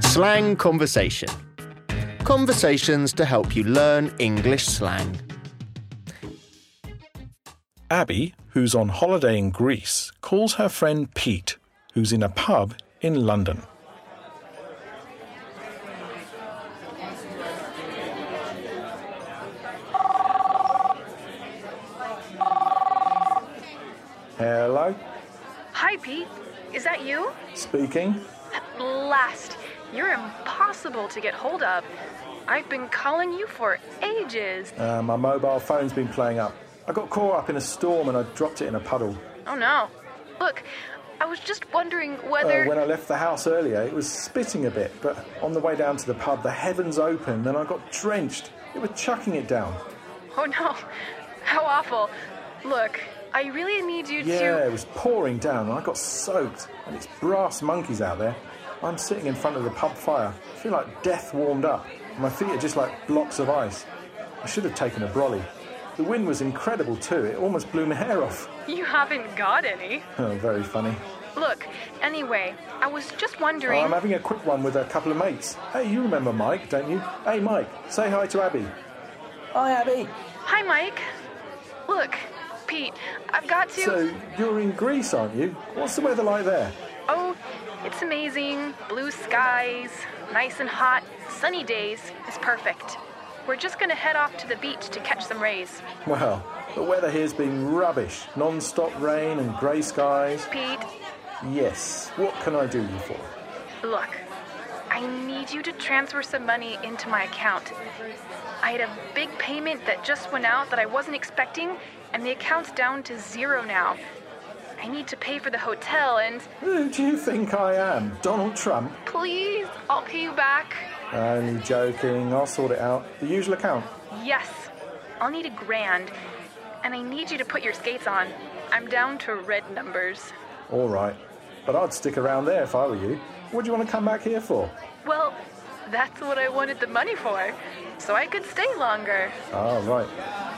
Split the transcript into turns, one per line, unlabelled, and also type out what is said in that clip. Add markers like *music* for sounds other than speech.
Slang Conversation Conversations to help you learn English slang.
Abby, who's on holiday in Greece, calls her friend Pete, who's in a pub in London. Hello,
Hi, Pete. Is that you?
speaking.
At last. You're impossible to get hold of. I've been calling you for ages.
Uh, my mobile phone's been playing up. I got caught up in a storm and I dropped it in a puddle.
Oh, no. Look, I was just wondering
Uh,
whether.
when I left the house earlier, it was spitting a bit, but on the way down to the pub, the heavens opened and I got drenched. It was chucking it down.
Oh, no. How awful. Look, I really need you
Yeah,
to.
it was pouring down and I got soaked. And it's brass monkeys out there. I'm sitting in front of the pub fire. I feel like death warmed up. My feet are just like blocks of ice. I should have taken a brolly. The wind was incredible too. It almost blew my hair off. *laughs*
You haven't got any.
Oh, very funny.
Look, anyway, I was just
Oh,
wondering.
I'm having a quick one with a couple of mates. Hey, you remember Mike, don't you? Hey, Mike, say hi to Abby.
Hi, Abby.
Hi, Mike. Look, Pete, I've got to.
So you're in Greece, aren't you? What's the weather like there?
Oh, it's amazing. Blue skies, nice and hot, sunny days is perfect. We're just gonna head off to the beach to catch some rays.
Well, the weather here's been rubbish. Non-stop rain and grey skies.
Pete,
Yes. What can I do you for?
look, I need you to transfer some money into my account. I had a big payment that just went out that I wasn't expecting, and the account's down to zero now. I need to pay for the hotel, and
Who do you think I am? Donald Trump?
please, I'll pay you back.
Only joking. I'll sort it out. The usual account.
Yes, I'll need a grand, and I need you to put your skates on. I'm down to red numbers.
All right. But I'd stick around there if I were you. What do you want to come back here for?
Well, that's what I wanted the money for, so I could stay longer.
Ah, right.